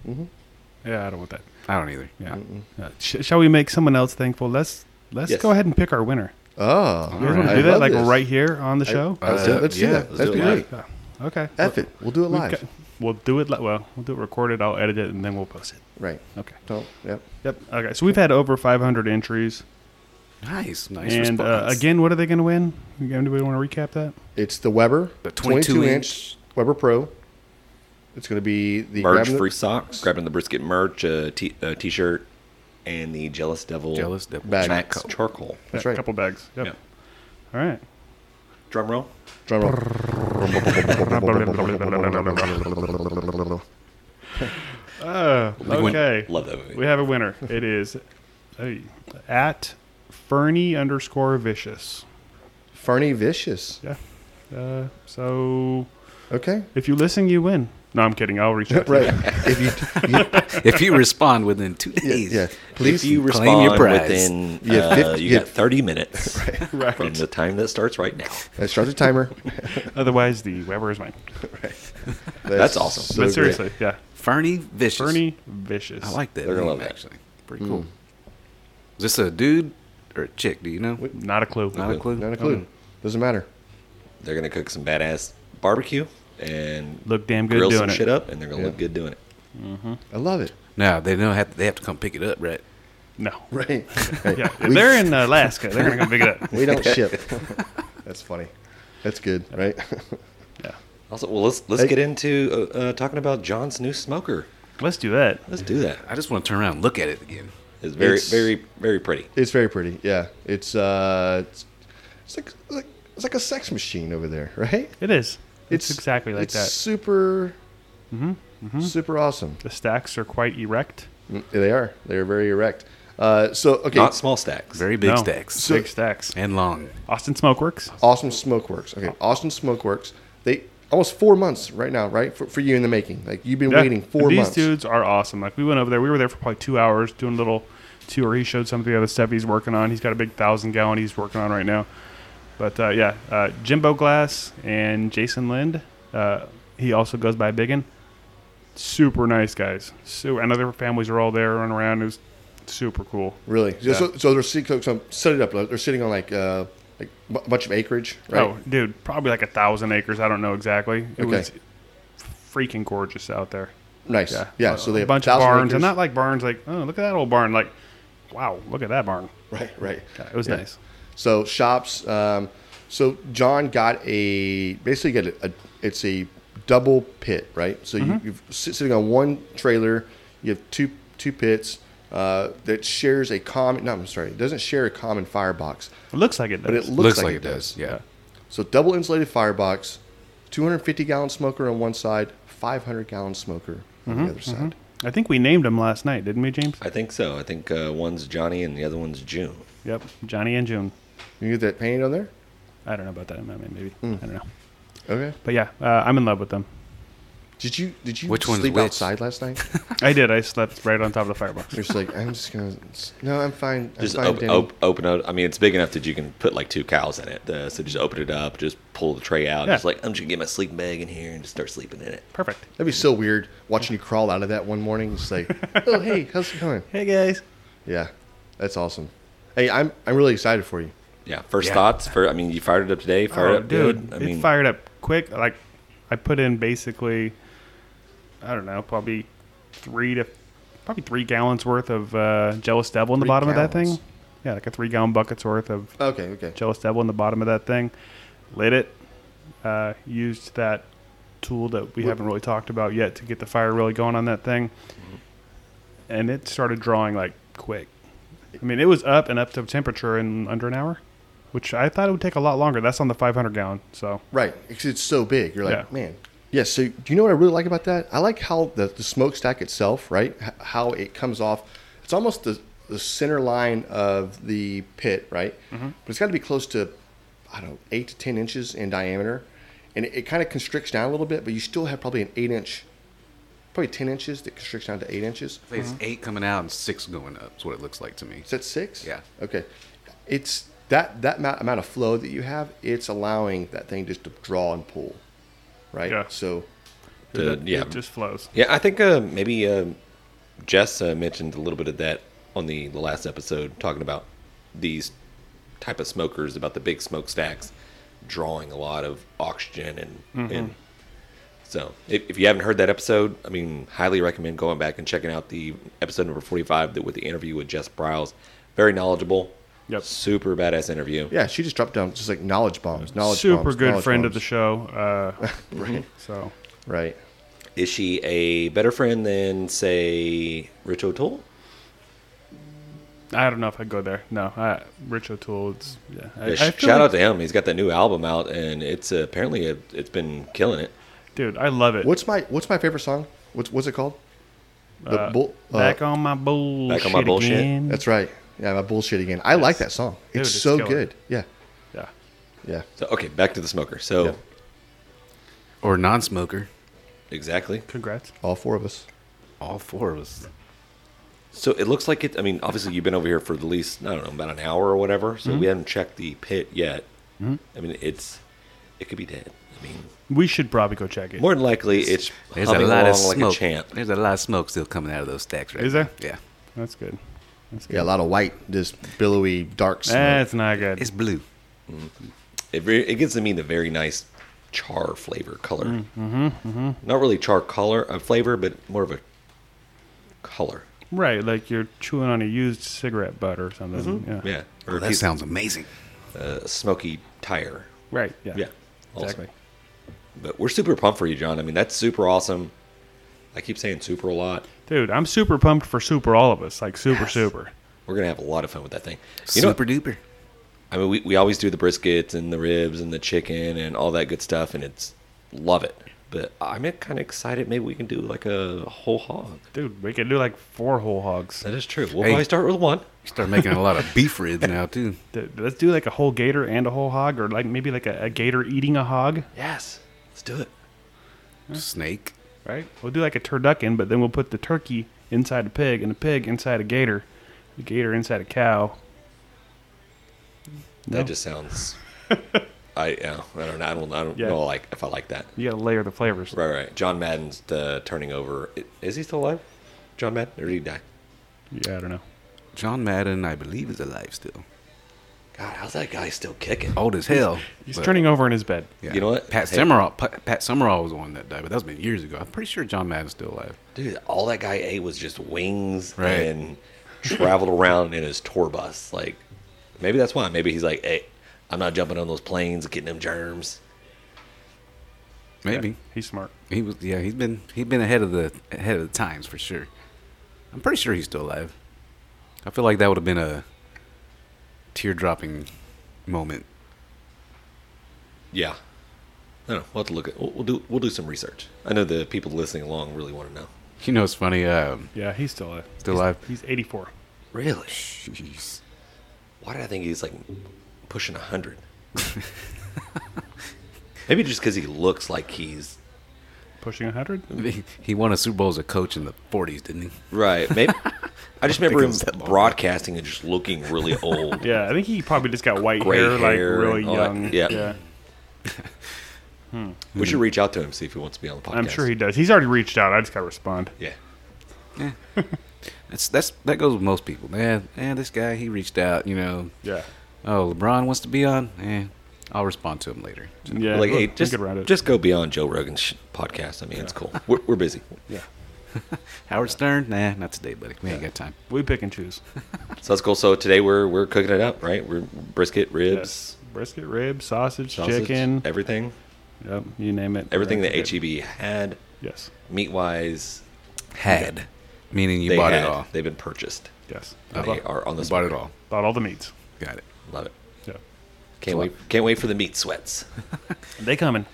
S2: Yeah, I don't want that.
S4: I don't either.
S2: Yeah. Uh, sh- shall we make someone else thankful? Let's let's
S5: Yes.
S2: go ahead and pick our winner.
S3: Oh,
S2: You guys want
S3: I
S2: to do that
S3: love
S2: like
S3: this.
S2: right here on the
S3: I-
S2: show?
S3: I was- let's do
S4: yeah,
S3: that.
S5: let's
S3: That'd be
S5: do it live.
S3: great.
S2: Yeah. Okay.
S3: F it. We'll do it
S2: We've
S3: live.
S2: got- we'll do it. Li- well, we'll do it recorded. I'll edit it and then we'll post it.
S3: Right.
S2: Okay.
S3: So, yep.
S2: Yep. Okay. So we've had over 500 entries,
S4: Nice, nice
S2: and uh,
S4: response.
S2: again, what are they going to win? Again, do we want to recap that?
S3: It's the Weber,
S4: The 22
S3: 22 inch Weber Pro. It's going to be the
S5: Merch,
S3: grabbing the-
S5: free socks, grabbing the brisket merch, uh, t- uh, t-shirt, and the Jealous Devil
S4: jealous devil.
S3: Bag.
S5: Max
S4: Jacko.
S5: charcoal.
S3: That's
S2: Yeah,
S3: right.
S2: couple bags. Yep.
S4: Yeah.
S2: All right.
S3: <laughs>
S5: Drum roll.
S3: Drum roll.
S2: Uh,
S4: win.
S2: okay.
S5: Love that movie.
S2: We have a winner. It is hey, at Fernie underscore vicious.
S3: Farney Vicious.
S2: Yeah. Uh, so
S3: Okay.
S2: if you listen, you win. No, I'm kidding. I'll reach out. to you.
S3: Right. If <laughs> you, you
S4: if you respond within two days,
S3: yeah,
S5: If
S3: please.
S5: you
S4: claim
S5: respond
S4: your prize.
S5: within,
S3: You have
S5: uh,
S3: fifty-
S5: you
S3: you
S5: got
S3: have-
S5: 30 minutes
S2: Right.
S5: <laughs> from the time that starts right now.
S3: uh, start the timer. <laughs>
S2: Otherwise, the Weber is mine.
S5: That's awesome.
S3: so
S2: but
S3: great.
S2: seriously, yeah.
S4: Fernie Vicious.
S2: Fernie vicious.
S4: I like that.
S5: They're gonna
S4: name,
S5: love that.
S4: actually. Pretty cool. Is this a dude or a chick? Do you know?
S2: Not a clue.
S4: Not a clue.
S3: Not a clue. Doesn't matter.
S5: They're gonna cook some badass barbecue and
S2: Look damn good
S5: grill
S2: doing
S5: some
S2: it.
S5: shit up, and they're gonna look
S3: Yeah.
S5: good doing it.
S3: I love it.
S4: No, they don't have. They have to come pick it up, right?
S2: No.
S3: Right.
S2: Yeah. If they're in Alaska, they're gonna come pick it
S3: <laughs>
S2: up.
S3: We don't ship. That's funny. That's good, right? <laughs>
S2: Yeah.
S5: Also, well, let's let's
S3: Hey.
S5: get into uh, uh, talking about John's new smoker.
S2: Let's do that.
S5: Let's do that.
S4: I just want to turn around and look at it again.
S5: It's very
S3: It's-
S5: very very pretty.
S3: It's very pretty. Yeah. It's uh, it's, it's like, like it's like a sex machine over there, <laughs> right?
S2: It is. It's, exactly like
S3: it's
S2: that. Mm-hmm,
S3: Super. Super awesome.
S2: The stacks are quite erect.
S3: Mm, They are. They are very erect. Uh, so okay,
S5: Not small stacks.
S4: Very big
S2: No.
S4: stacks
S3: So-
S2: Big stacks.
S4: and long.
S2: Austin Smokeworks.
S3: Austin Smokeworks. Okay, Austin Smokeworks. They almost four months right now, right? For, for you in the making. Like you've been
S2: Yeah.
S3: waiting four
S2: And these
S3: months.
S2: dudes are awesome. Like we went over there. We were there for probably two hours doing a little tour. He showed some of the other stuff he's working on. He's got a big thousand gallon he's working on right now. But uh, yeah, uh, Jimbo Glass and Jason Lind. Uh, he also goes by Biggin. Super nice guys. So I know their families are all there running around. It was super cool.
S3: Really?
S2: Yeah.
S3: So, so they're sitting, so set it up. They're sitting on like uh, like a bunch of acreage, right?
S2: Oh, dude, probably like a thousand acres. I don't know exactly. It
S3: Okay.
S2: was freaking gorgeous out there.
S3: nice. Yeah.
S2: Yeah.
S3: so they
S2: a
S3: have
S2: bunch of
S3: 1,000
S2: barns, and
S3: acres.
S2: not like barns like oh look at that old barn. Like wow, look at that barn.
S3: right, right.
S2: Yeah, it was
S3: Yeah.
S2: nice.
S3: So shops. Um, so John got a basically got a, a it's a double pit, right? So you, you're sit- sitting on one trailer. You have two two pits uh, that shares a common. No, I'm sorry, it doesn't share a common firebox,
S2: It looks like it does.
S3: but it looks, like, it does.
S4: Yeah.
S3: So double insulated firebox, 250 gallon smoker on one side, 500 gallon smoker on the other side.
S2: I think we named them last night, didn't we, James?
S5: I think so. I think uh, one's Johnny and the other one's June.
S2: Yep, Johnny and June.
S3: You get that paint on there?
S2: I don't know about that. I mean, maybe
S3: Hmm.
S2: I don't know.
S3: Okay.
S2: But yeah, uh, I'm in love with them.
S3: Did you did you
S4: Which one's
S3: sleep
S4: which?
S3: outside last night? <laughs>
S2: I did. I slept right on top of the firebox.
S3: You're just like I'm just gonna. No, I'm fine. I'm
S5: Just
S3: fine,
S5: op-
S3: Danny."
S5: op- open it. I mean, it's big enough that you can put like two cows in it. Uh, so just open it up, just pull the tray out.
S2: Yeah.
S5: Just like I'm just gonna get my sleeping bag in here and just start sleeping in it.
S2: Perfect.
S3: That'd be so weird watching you crawl out of that one morning. Just like, oh hey, how's it going?
S2: Hey guys.
S3: Yeah, that's awesome. Hey, I'm I'm really excited for you.
S5: Yeah. First
S4: Yeah.
S5: thoughts. For I mean, you fired it up today. Fired
S2: oh,
S5: up,
S2: dude,
S5: dude. I
S2: it
S5: mean,
S2: fired up quick. Like, I put in basically, I don't know, probably three to probably three gallons worth of uh, jealous devil in the
S3: Three
S2: bottom of that
S3: gallons.
S2: thing. Yeah, like a three gallon bucket's worth of
S3: Okay, okay.
S2: jealous devil in the bottom of that thing. Lit it. Uh, used that tool that we haven't really talked about yet to get the fire really going on that thing,
S5: Mm-hmm.
S2: and it started drawing like quick. I mean, it was up and up to temperature in under an hour, which I thought it would take a lot longer. That's on the 500 gallon, so
S3: Right, because it's so big. You're like,
S2: Yeah.
S3: man. Yeah. So do you know what I really like about that? I like how the the smokestack itself, right? H- how it comes off. It's almost the the center line of
S2: Mm-hmm.
S3: the pit, right? But it's got to be close to, I don't know, eight to ten inches in diameter, and it, it kind of constricts down a little bit, but you still have probably an eight inch, probably ten inches that constricts down to eight inches.
S4: I think It's eight coming out and six going up. Is what it looks like to me.
S3: Is that six?
S4: Yeah.
S3: Okay. It's that that amount, amount of flow that you have. It's allowing that thing just to draw and pull, right?
S2: Yeah.
S3: So
S5: To-
S2: it,
S5: yeah,
S2: it just flows.
S5: yeah. I think uh, maybe uh, Jess uh, mentioned a little bit of that on the, the last episode, talking about these type of smokers, about the big smokestacks drawing a lot of oxygen and. and so, if, if you haven't heard that episode, I mean, highly recommend going back and checking out the episode number forty-five that with the interview with Jess Briles. Very knowledgeable.
S2: Yep.
S5: Super badass interview.
S3: yeah, she just dropped down just like knowledge bombs, knowledge
S2: Super
S3: bombs,
S2: good
S3: knowledge
S2: friend of
S3: bombs.
S2: the show.
S5: <laughs>
S2: Uh, right. So
S3: Right.
S5: Is she a better friend than, say, Rich O'Toole?
S2: I don't know if I'd go there. No, I, Rich O'Toole. It's, yeah. I,
S5: Yeah,
S2: I
S5: sh-
S2: feel
S5: shout
S2: like-
S5: out to him. He's got that new album out, and it's uh, apparently it it's been killing it.
S2: dude. I love it.
S3: What's my What's my favorite song? What's What's it called? The
S2: Uh,
S3: bull. uh,
S2: back on my bullshit.
S5: Back on my bullshit.
S2: again.
S3: That's right. Yeah, my bullshit again. I like that song. It's,
S2: Dude, it's
S3: so
S2: killer.
S3: good. Yeah.
S2: yeah.
S3: Yeah.
S5: So okay, back to the smoker. So
S3: Yeah.
S4: Or non-smoker.
S5: exactly.
S2: Congrats.
S3: All four of us.
S4: All four of us.
S5: So it looks like it. I mean, obviously you've been over here for at least I don't know about an hour or whatever. So we haven't checked the pit yet. I mean, it's it could be dead. I mean,
S2: We should probably go check it.
S5: more than likely it's
S4: There's
S5: humming
S4: a lot of
S5: along
S4: smoke.
S5: like a champ.
S4: There's a lot of smoke still coming out of those stacks, right?
S2: Is
S4: now.
S2: there?
S4: Yeah.
S2: That's good. That's good.
S3: Yeah, a lot of white, just billowy, dark smoke.
S2: That's not good.
S4: It's blue.
S5: It, very, it gives me the very nice char flavor color. Mm-hmm, Not really char color uh, flavor, but more of a color.
S2: right, like you're chewing on a used cigarette butt or something. Yeah.
S5: Yeah, or
S4: Oh,
S5: a
S4: that
S5: piece-
S4: sounds amazing.
S5: uh, smoky tire.
S2: Right. Yeah.
S5: Yeah, also.
S2: Exactly.
S5: But we're super pumped for you, John. I mean, that's super awesome. I keep saying super a lot.
S2: Dude, I'm super pumped for super all of us. Like super super.
S5: We're gonna have a lot of fun with that thing. You know,
S4: Super duper.
S5: I mean, we, we always do the briskets and the ribs and the chicken and all that good stuff, and it's love it. But I'm kind of excited. Maybe we can do like a whole hog.
S2: Dude, we could do like four whole hogs.
S5: That is true. We'll
S4: Hey.
S5: probably start with one.
S4: You start making a lot of beef ribs now too.
S2: Dude, let's do like a whole gator and a whole hog, or like maybe like a, a gator eating a hog.
S5: Yes, let's do it.
S4: Snake.
S2: Right. We'll do like a turducken, but then we'll put the turkey inside a pig and the pig inside a gator, the gator inside a cow. No.
S5: That just sounds. I yeah, I don't know. I don't. I don't
S2: Yeah.
S5: know. Like if I like that.
S2: You gotta layer the flavors.
S5: Right, right. John Madden's the turning over. I- Is he still alive? John Madden, or did he die?
S2: Yeah, I don't know.
S4: John Madden, I believe, is alive still.
S5: God, how's that guy still kicking?
S4: Old as hell.
S2: He's
S4: but-
S2: turning over in his bed.
S4: Yeah.
S5: You know what?
S4: Pat
S5: Hey.
S4: Summerall. Pa- Pat Summerall was the one that died, but that was been years ago. I'm pretty sure John Madden's still alive.
S5: Dude, all that guy ate was just wings
S4: Right.
S5: and traveled around in his tour bus. Like, maybe that's why. Maybe he's like, hey, I'm not jumping on those planes, getting them germs.
S4: Maybe.
S2: Yeah, he's smart.
S4: He was yeah, he's been he's been ahead of the ahead of the times for sure. I'm pretty sure he's still alive. I feel like that would have been a tear dropping moment.
S5: Yeah. I don't know. We'll have to look at. We'll, we'll do. We'll do some research. I know the people listening along really want to know.
S4: You know it's funny, um
S2: Yeah, he's still a,
S4: Still alive.
S2: He's 84.
S5: Really?
S4: Jeez. <laughs>
S5: Why did I think he's like pushing hundred? maybe just because he looks like he's
S2: Pushing 100?
S5: Mm.
S4: He- He won a Super Bowl as a coach in the forties, didn't he?
S5: Right. Maybe <laughs> I just remember
S4: it
S5: him
S4: was that long.
S5: broadcasting and just looking
S4: <laughs>
S5: really old.
S2: Yeah, I think he probably just got white
S5: Gray
S2: hair, like
S5: hair
S2: really
S5: and all that.
S2: young.
S5: Yeah.
S2: yeah.
S5: We should reach out to him see if he wants to be on the podcast.
S2: I'm sure he does. He's already reached out. I just gotta respond.
S5: Yeah.
S4: That's that's that goes with most people. Man, man, this guy he reached out, you know.
S2: Yeah.
S4: Oh, LeBron wants to be on? Eh, I'll respond to him later.
S2: Yeah.
S5: like,
S2: we-
S5: hey,
S2: we
S5: just
S2: could round it.
S5: just go beyond Joe Rogan's sh- podcast. I mean, it's cool. We're, we're busy.
S2: yeah.
S4: Howard Stern? Nah, not today, buddy. We ain't got time.
S2: We pick and
S5: <laughs>
S2: choose.
S5: So that's cool. So today we're we're cooking it up, right? We're brisket, ribs,
S2: Yes. Brisket, rib, sausage,
S5: sausage,
S2: chicken.
S5: everything,
S2: Yep. You name it.
S5: everything
S2: That's
S5: that
S2: good.
S5: HEB had,
S2: Yes.
S5: meat wise,
S4: Had. Meaning you
S5: they
S4: bought
S5: had.
S4: it all.
S5: They've been purchased.
S2: Yes.
S5: They
S4: bought-
S5: are on the
S4: You bought it
S5: smoker.
S4: all.
S2: Bought all the meats.
S4: Got it.
S5: Love it.
S2: Yeah.
S5: Can't wait. Can't wait for the meat sweats. <laughs>
S2: They coming.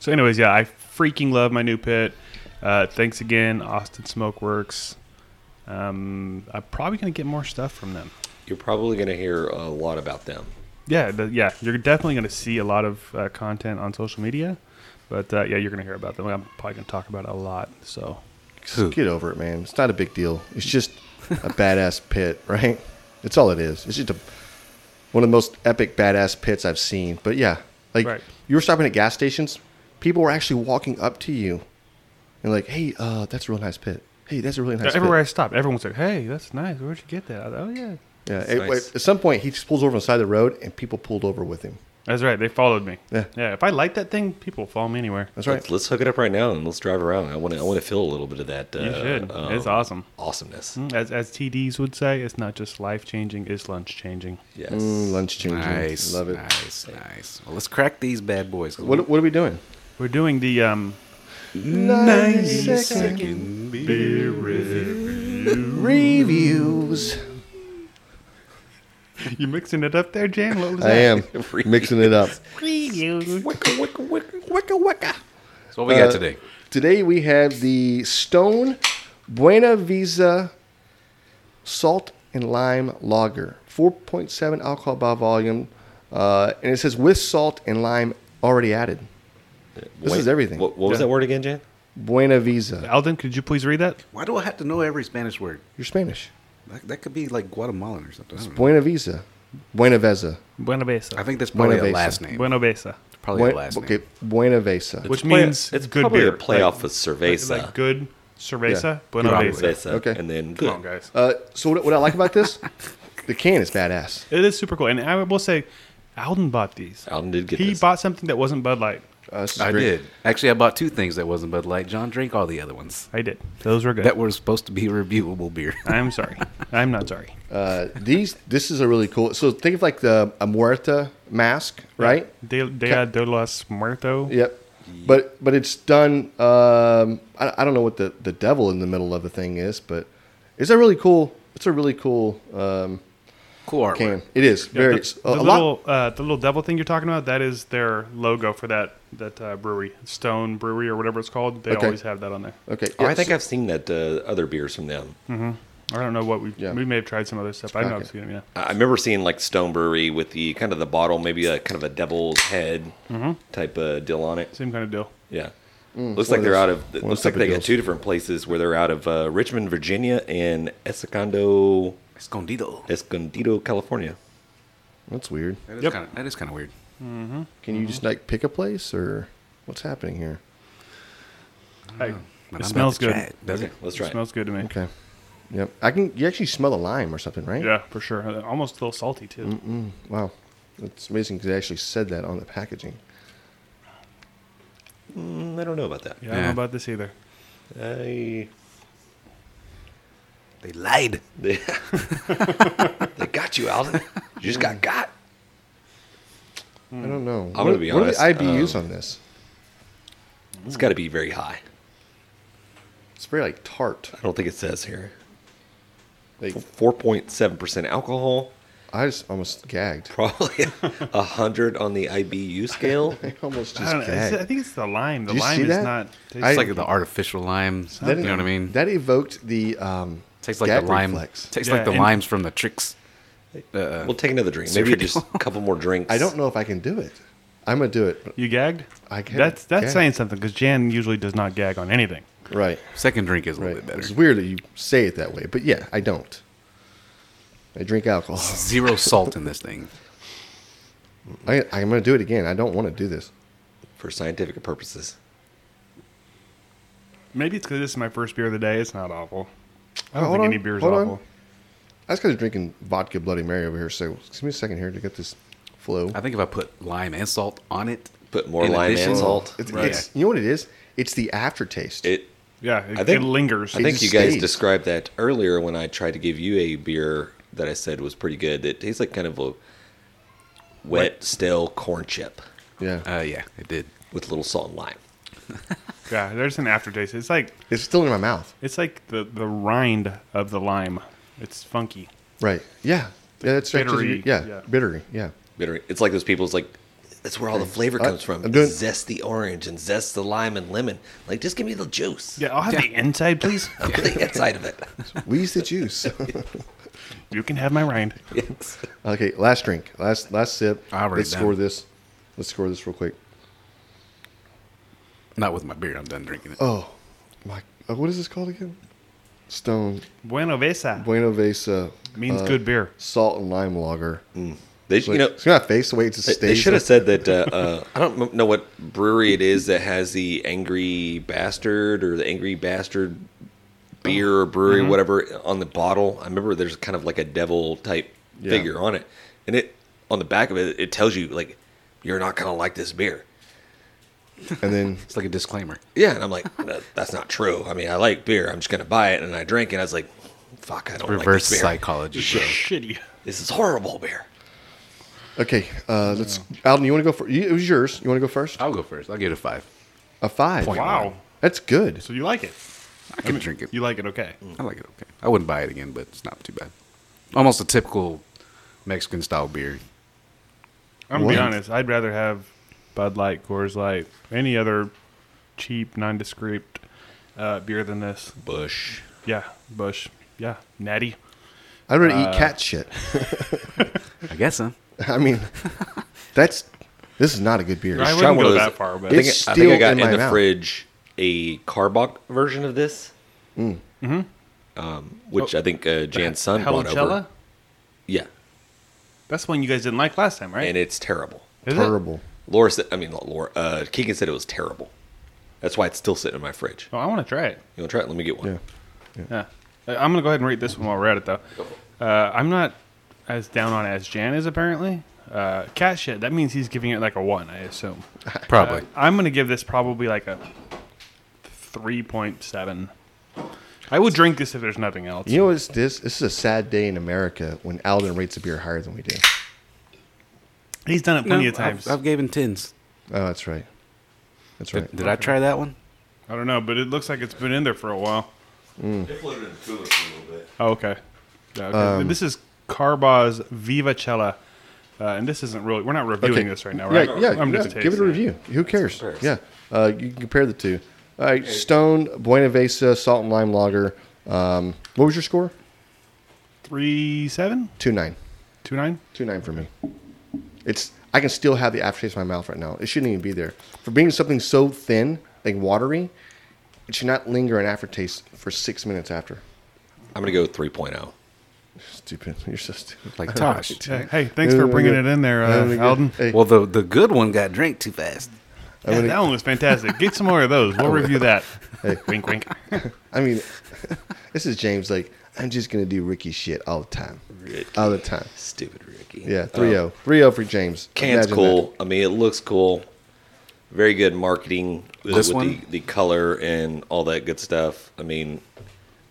S2: So, anyways, yeah, I freaking love my new pit. Uh, thanks again, Austin Smokeworks. Um, I'm probably gonna get more stuff from them.
S5: You're probably going to hear a lot about them.
S2: yeah, the, yeah, you're definitely going to see a lot of uh, content on social media, but uh, yeah, you're going to hear about them. I'm probably going to talk about it a lot. So
S4: Who?
S3: Get over it, man. It's not a big deal. It's just a <laughs> badass pit, right? It's all it is. It's just a, one of the most epic badass pits I've seen. But yeah, like
S2: Right.
S3: you were stopping at gas stations, people were actually walking up to you and like, "Hey, uh, that's a real nice pit. Hey, that's a really nice." pit."
S2: everywhere I stop, everyone's like, "Hey, that's nice. Where'd you get that?" I- oh yeah,
S3: Yeah,
S5: That's
S3: it-
S5: nice.
S3: at some point he just pulls over on the side of the road, and people pulled over with him.
S2: that's right. They followed me.
S3: Yeah.
S2: yeah. If I like that thing, people will follow me anywhere.
S3: That's right.
S5: Let's, let's hook it up right now and let's drive around. I want to. I want to feel a little bit of that. Uh,
S2: You should.
S5: um,
S2: it's Mm. awesome.
S5: Awesomeness.
S2: As as TDs would say, it's not just life changing; it's lunch changing.
S5: Yes.
S3: Mm, lunch changing.
S4: Nice.
S3: Love it.
S4: Nice, nice. Well, let's crack these bad boys. 'cause
S3: What, what are we doing?
S2: We're doing the um,
S3: Nice
S4: second
S3: reviews.
S2: <laughs> you mixing it up there, Jan. What was
S3: I
S2: that? <laughs>
S3: am
S4: <laughs>
S3: mixing it up.
S5: Wicka, wicka, wicka.
S3: Wicka wicka.
S4: That's what we got
S3: Uh,
S4: today.
S3: Today we have the Stone Buena Vista Salt and Lime Lager, 4.7 alcohol by volume, uh, and it says with salt and lime already added. This
S5: Wait,
S3: is everything.
S5: What, what was
S2: Yeah.
S5: that word again, Jan?
S3: Buena Vista.
S2: Alden, could you please read that?
S4: Why do I have to know every Spanish word?
S3: You're Spanish.
S4: That, that could be like Guatemalan or something. I, don't know.
S3: Buena Vista. Buena Vesa.
S2: Buena Besa.
S4: I think that's probably
S3: Buena
S4: a
S3: Vista.
S4: last name.
S2: Buena Besa.
S4: Probably a Oh, last
S3: okay,
S4: name.
S3: Buena Vesa.
S2: Which
S5: Play-
S2: means
S5: it's
S2: good
S5: probably
S2: beer.
S5: a playoff
S2: Like-
S5: of cerveza.
S2: Like good cerveza.
S3: Yeah.
S2: Buena
S4: Probably.
S2: Besa.
S3: Okay.
S5: Okay. And then
S2: Come on,
S5: good.
S2: guys.
S3: Uh, so what, what I like about
S4: <laughs>
S3: this, the can is badass.
S2: It is super cool, and I will say, Alden bought these.
S5: Alden did get
S2: He
S5: this.
S2: bought something that wasn't Bud Light.
S3: Uh, this is
S4: I
S3: great.
S4: did. Actually, I bought two things that wasn't Bud Light. John drank all the other ones
S2: I did. Those were good.
S4: that were supposed to be
S3: <laughs>
S4: reviewable beer.
S2: I'm sorry. I'm not sorry.
S3: Uh, these this is a really cool. So think of like the a muerta mask, right?
S2: De, Dia de los Muertos.
S3: Yep. But but it's done. Um, I, I don't know what the, the devil in the middle of the thing is, but it's a really cool. It's a really cool um,
S4: Cool artwork.
S3: can. It is
S2: Yeah,
S3: very
S2: the,
S3: a, a
S2: the
S3: lot.
S2: little uh, the little devil thing you're talking about that is their logo for that that uh, brewery Stone Brewery or whatever it's called. They
S3: Okay.
S2: always have that on there.
S3: Okay,
S5: Oh, I
S3: yes.
S5: think I've seen that uh, other beers from them.
S2: Hmm. I don't know what we
S3: Yeah.
S2: we may have tried some other stuff. I know
S3: Okay.
S2: I've seen them. Yeah,
S5: I I remember seeing like Stone Brewery with the kind of the bottle, maybe a kind of a devil's head
S2: Mm-hmm.
S5: type of deal on it.
S2: same kind of deal.
S4: Oh,
S5: Yeah. looks like
S3: of
S5: they're
S3: those-
S5: out of.
S3: Mm. one of
S5: looks
S3: those
S5: like
S3: type
S5: they
S3: of
S5: got
S3: deals.
S5: two different places where they're out of uh, Richmond, Virginia, and Escondido,
S4: Escondido.
S5: Escondido, California.
S3: that's weird.
S4: That is
S2: Yep.
S4: kind of that is kind of weird.
S3: Can you
S2: Mm-hmm.
S3: just like pick a place or what's happening here?
S2: Hey,
S4: But I'm
S2: it
S4: about
S2: smells
S4: to try
S2: good. It
S4: it. Does it?
S5: Let's try. it.
S2: smells good to me.
S3: Okay. Yep. I can. You actually smell the lime or something, right?
S2: Yeah, for sure. Uh, Almost a little salty too.
S3: Wow. It's amazing because they actually said that on the packaging.
S5: Mm, I don't know about that.
S2: Yeah, I don't know
S4: Yeah.
S2: about this either.
S5: I,
S4: They lied.
S5: they, <laughs> they got you, Alden. You just got got.
S2: Hmm.
S3: I don't know. I'm
S5: gonna be honest,
S3: What are the IBUs
S5: um,
S3: on this?
S5: It's got to be very high.
S3: It's very like tart.
S5: I don't think it says here.
S3: Like
S5: Four point seven percent alcohol. <laughs>
S3: I just almost gagged. <laughs>
S5: Probably a hundred on the
S3: <laughs>
S5: IBU scale.
S3: I almost
S2: I,
S3: just
S2: don't know. It's- I
S3: gagged.
S2: think it's the lime. The
S3: Did you
S2: lime
S3: see
S2: is
S3: that?
S2: not. tastes
S3: I-
S4: It's like the artificial limes.
S3: That-
S4: you know what I mean?
S3: That evoked the um,
S4: tastes like
S3: gag
S4: the lime.
S3: reflex.
S4: Tastes
S2: Yeah,
S4: like the
S2: and-
S4: limes from the tricks.
S5: We'll take another drink. Maybe just a couple more drinks.
S3: I don't know if I can do it. I'm gonna do it.
S2: you gagged.
S3: I gagged.
S2: That's that's
S3: Gagged.
S2: saying something because Jan usually does not gag on anything.
S3: Right,
S4: Second drink is a
S3: right.
S4: little bit
S3: It's
S4: better.
S3: weird that you say it that way, but yeah, I don't. I drink alcohol.
S4: Zero salt in this thing.
S3: I, I'm gonna do it again. I don't want to do this.
S5: for scientific purposes.
S2: Maybe it's because this is my first beer of the day. It's not awful. I don't
S3: Hold
S2: think
S3: on,
S2: any beer's
S3: hold on.
S2: awful.
S3: I was kind of drinking vodka Bloody Mary over here. So excuse me a second here to get this flow.
S4: I think if I put lime and salt on it,
S5: Put more
S4: In
S5: lime
S4: addition-
S5: and salt.
S3: It's,
S4: Right.
S3: it's you know what it is. It's the aftertaste.
S5: It.
S2: Yeah, it,
S5: I think-
S2: it lingers.
S5: I think
S3: just
S5: you guys
S3: stays.
S5: described that earlier when I tried to give you a beer that I said was pretty good. It tastes like kind of a wet, stale corn chip
S3: yeah,
S4: uh, yeah, it did.
S5: with a little salt and lime.
S2: yeah, there's an aftertaste. It's like
S3: it's still in my mouth.
S2: it's like the the rind of the lime. It's funky.
S3: Right. Yeah. Yeah. That's right. 'cause
S2: bittery,
S3: you- Yeah.
S2: yeah.
S3: Bittery. Yeah.
S5: Bitter. It's like those people's like that's where all the flavor comes from.
S3: Uh, I'm doing-
S5: Zest the orange and zest the lime and lemon. Like, just give me the juice.
S2: Yeah, I'll have the inside, please.
S5: the
S2: <laughs>
S5: inside of it.
S3: We use the
S4: <laughs>
S3: juice.
S2: you can have my rind.
S5: Yes.
S3: okay, last drink, last last sip.
S4: I already
S3: Let's
S4: done.
S3: score this. Let's score this real quick.
S4: Not with my beer. I'm done drinking it.
S3: Oh, my! uh, What is this called again? Stone
S2: Buena Vesa
S3: Buena Vesa
S2: means
S3: uh,
S2: good beer.
S3: salt and lime lager.
S5: They,
S3: It's
S5: Mm. you know,
S3: like- it's gonna face the way it just
S5: they,
S3: stays.
S5: they should have
S3: up.
S5: said that. Uh, uh, I don't m- know what brewery it is that has the angry bastard or the angry bastard beer or
S3: Mm-hmm.
S5: brewery, whatever, on the bottle. I remember there's kind of like a devil type
S3: Yeah.
S5: figure on it, and it on the back of it, it tells you like you're not gonna like this beer.
S3: and then
S4: It's like a disclaimer.
S5: Yeah, and I'm like, no, that's not true. I mean, I like beer. I'm just gonna buy it, and I drink it. I was like, fuck, I don't
S4: Reverse
S5: like this beer.
S4: psychology. Bro.
S2: Shitty.
S5: This is horrible beer.
S3: okay, uh, let's. Alden, you want to go for? You, it was yours. You want to go first?
S4: I'll go first. I'll give it a five.
S3: A five.
S2: Wow.
S3: that's good.
S2: So you like it?
S4: I can drink it.
S2: You like it? Okay.
S5: Mm.
S4: I like it okay. I wouldn't buy it again, but it's not too bad. Almost a typical Mexican style beer.
S2: I'm gonna be
S3: What?
S2: honest. I'd rather have Bud Light, Coors Light, any other cheap, nondescript uh, beer than this.
S5: Bush.
S2: Yeah, Bush. Yeah, Natty.
S3: I'd rather
S2: Uh,
S3: eat cat shit. <laughs>
S4: I guess, huh?
S3: I mean, that's this is not a good beer.
S2: I
S5: Try
S2: wouldn't
S5: one
S2: go
S5: of those-
S2: that far, but
S5: I think,
S3: It's
S5: I, think I
S3: still
S5: got
S3: in
S5: in,
S3: my
S5: the
S3: mouth.
S5: fridge a Carbach version of this,
S3: Mm.
S2: Mm-hmm.
S5: um, which I think uh, Jan's son brought
S2: Helichella?
S5: over. Yeah,
S2: That's one you guys didn't like last time, right?
S5: and it's terrible.
S2: Is it?
S3: Terrible.
S5: Laura said, I mean, not Laura. Uh, Keegan said it was terrible. That's why it's still sitting in my fridge.
S2: Oh, I want to try it.
S5: You want to try it? Let me get one.
S3: Yeah.
S2: Yeah. Uh, I'm gonna go ahead and rate this one while we're at it, though. Uh, I'm not as down on it as Jan is apparently. Uh, cat shit. That means he's giving it like a one, I assume. Uh,
S4: Probably.
S2: I'm gonna give this probably like a three point seven. I would drink this if there's nothing else.
S3: You know what it's this? This is a sad day in America when Alden rates a beer higher than we do.
S2: He's done it plenty
S4: No,
S2: of times.
S4: I've, I've given tens.
S3: Oh, that's right. That's right.
S4: Did I try that one?
S2: I don't know, but it looks like it's been in there for a while.
S3: Mm.
S2: It floated in the cooler for a little bit.
S3: Um,
S2: okay. Yeah, okay. this is Carba's Viva Cella. Uh, and this isn't really, we're not reviewing this right now, right?
S3: Yeah, yeah.
S2: I'm
S3: yeah,
S2: just
S3: give it a
S2: tasting
S3: review. Who cares?
S5: Let's
S3: Yeah.
S5: compare.
S3: Uh, you can compare the two. All right, Stone, Buena Vesa, Salt and Lime Lager. Um, what was your score?
S2: Three, seven,
S3: Two nine.
S2: two, nine.
S3: Two nine for me. It's I can still have the aftertaste in my mouth right now. It shouldn't even be there. For being something so thin, like watery, it should not linger an aftertaste for six minutes after.
S5: I'm gonna go oh. 3.0.
S3: Stupid. <laughs> You're so stupid. <laughs>
S4: Like Tosh.
S2: Hey, hey, thanks for bringing it in there, uh, Alden.
S3: Hey,
S4: Well, the the good one got drank too fast.
S2: Yeah, that one was fantastic. Get some more of those.
S3: <laughs> Oh,
S2: We'll review that. Wink, wink.
S3: I mean, <laughs> this is James. Like, I'm just gonna do Ricky shit all the time, all the time.
S5: Stupid Ricky.
S3: Yeah,
S5: Um,
S3: 3-0. 3-0 for James.
S5: Can's
S3: Imagine
S5: cool. I mean, it looks cool. Very good marketing with,
S4: This
S5: with
S4: one?
S5: The, the color and all that good stuff. I mean,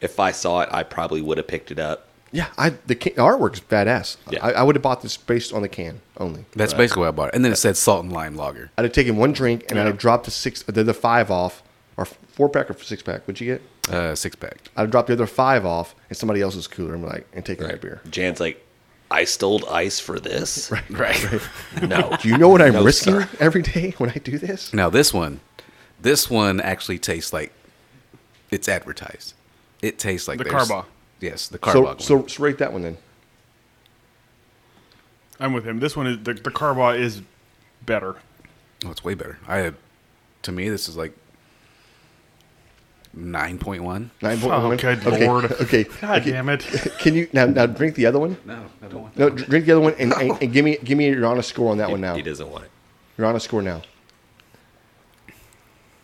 S5: if I saw it, I probably would have picked it up.
S3: that. Yeah, I the can, artwork's badass.
S5: Yeah.
S3: I, I would have bought this based on the can only.
S4: That's basically what I bought it. And then it said salt and lime lager.
S3: I'd have taken one drink and I'd have dropped the six, the, the five off, or four pack or six pack. What'd you get?
S4: Uh, six pack.
S3: I'd have dropped the other five off in somebody else's cooler and be like and taken that beer.
S5: Jan's like, I stole ice
S3: <laughs>
S5: for this. Right.
S4: Right.
S5: No.
S3: Do you know what I'm
S5: No,
S3: risking
S5: sir.
S3: every day when I do this?
S4: <laughs> Now this one, this one actually tastes like it's advertised. It tastes like
S2: The
S4: there's-
S2: Carbaugh.
S4: Yes, the
S3: so,
S4: Carbaugh.
S3: so
S4: one.
S3: so rate that one then.
S2: I'm with him. This one is, the, the Carbaugh is better.
S4: oh, it's way better. I, to me, this is like nine point one.
S3: Nine point
S2: Oh,
S3: one.
S2: good
S3: okay.
S2: lord.
S3: Okay.
S2: God
S3: okay.
S2: damn it.
S3: <laughs> Can you now now drink the other one?
S4: No, I don't want.
S3: No, drink the other one and, and, and give me give me your honest score on that one now.
S5: He doesn't want it.
S3: Your honest score now.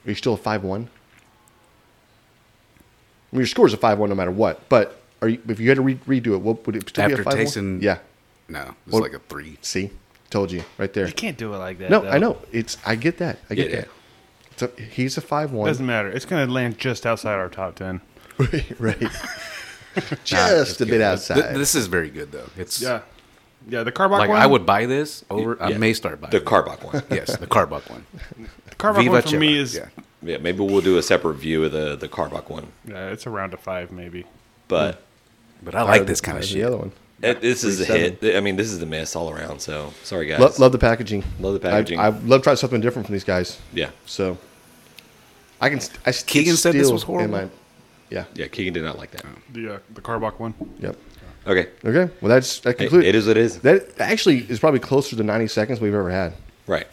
S3: Are you still a five one? I mean, your score is a five one no matter what. But are you if you had to re- redo it, what would it still be
S4: After
S3: a five
S4: tasting,
S3: one? Yeah.
S4: no, it's
S3: Well-
S4: like a three.
S3: See, told you right there.
S2: You can't do it like that.
S3: No,
S2: though.
S3: I know. It's I get that. I get
S5: Yeah,
S3: that. So he's a five one.
S2: Doesn't matter. It's going to land just outside our top 10.
S3: <laughs> right. Just a bit outside.
S4: Th- this is very good though. It's
S2: Yeah. Yeah, the Carbock
S4: like
S2: one.
S4: I would buy this over. I
S5: Yeah.
S4: may start buying
S5: The
S4: it.
S5: Carbach
S3: <laughs>
S5: one.
S4: Yes, the Carbuck one.
S2: The Carbock one for
S4: Chela.
S2: me is
S4: yeah.
S5: Yeah, maybe we'll do a separate review of the the Carbach one.
S2: Yeah, it's around a five maybe.
S5: But
S4: But I like
S3: Or the-
S4: this kind
S3: or
S4: of
S3: The
S4: shit.
S3: other one.
S5: It- this is a hit. I mean, this is the miss all around. So sorry, guys.
S3: Lo- love the packaging.
S5: Love the packaging.
S3: I, I love trying something different from these guys.
S5: yeah,
S3: So I can. st- I st-
S4: Keegan said this
S3: still
S4: was horrible?
S3: in my- yeah.
S5: yeah. Keegan did not like that.
S2: The uh, the Carbach one.
S3: Yep.
S5: Okay,
S3: Okay. Well, that's that
S5: it,
S3: concludes.
S5: it is what it is.
S3: That actually is probably closer to 90 seconds we've ever had. <laughs>
S5: Right,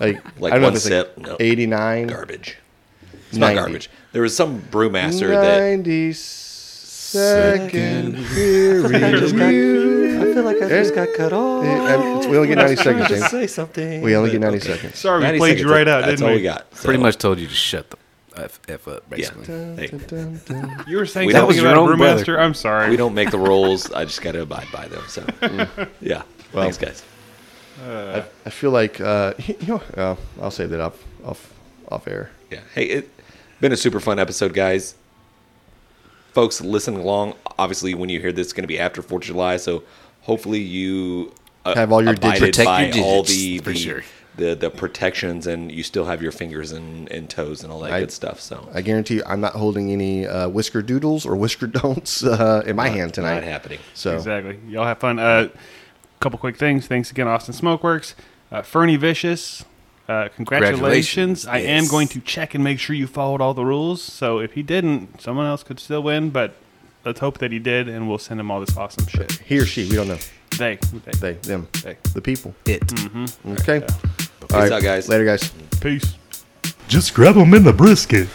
S3: Like,
S5: <laughs> Like
S3: I don't know
S5: one
S3: if it's
S5: sip,
S3: like
S5: no.
S3: 89,
S5: garbage. It's not
S3: 90.
S5: garbage. There was some brewmaster that
S3: 90 second period.
S5: I feel like I
S3: just
S5: got cut off.
S3: And Eh, we only get 90 seconds, James.
S5: say something.
S3: We only get 90 seconds.
S2: Sorry, we played you right out,
S5: That's
S2: didn't
S5: all
S2: we?
S5: we got. So,
S4: Pretty much told you to shut the f, f up,
S5: Yeah.
S4: basically.
S5: Hey,
S3: Dun, dun, dun.
S2: You were saying
S5: We- that
S2: something
S5: was your
S2: about
S4: own brother.
S2: Brewmaster. I'm sorry.
S5: we don't make the rules. I just got to abide by them.
S3: <laughs>
S5: So yeah. Thanks, guys.
S3: I feel like, uh, <laughs> you know, oh, I'll save that up off, off air.
S5: Yeah. Hey, it been a super fun episode, guys. Folks listening along, obviously, when you hear this, it's going to be after Fourth of July, so hopefully you uh,
S3: Have all your digits.
S5: abided
S4: Protect
S5: by
S3: <laughs>
S4: your
S5: all
S4: digits,
S5: the
S4: for
S5: the,
S4: sure.
S5: the the protections, and you still have your fingers and, and toes and all that
S3: I-
S5: good stuff. So
S3: I guarantee you, I'm not holding any uh, whisker doodles or whisker <laughs> don'ts uh, in my hand tonight.
S5: not happening.
S3: So
S2: Exactly. Y'all have fun. A uh, couple quick things. Thanks again, Austin Smokeworks. Uh, Fernie Vicious, uh, congratulations.
S4: Congratulations.
S2: I am
S4: Yes.
S2: going to check and make sure you followed all the rules. So if he didn't, someone else could still win, but let's hope that he did, and we'll send him all this awesome shit.
S3: he or she, we don't know.
S2: They. they.
S3: They, them,
S2: They.
S3: the people.
S4: It.
S3: Okay. All
S5: out, guys.
S3: Later, guys.
S2: Peace.
S1: Just grab 'em in the brisket.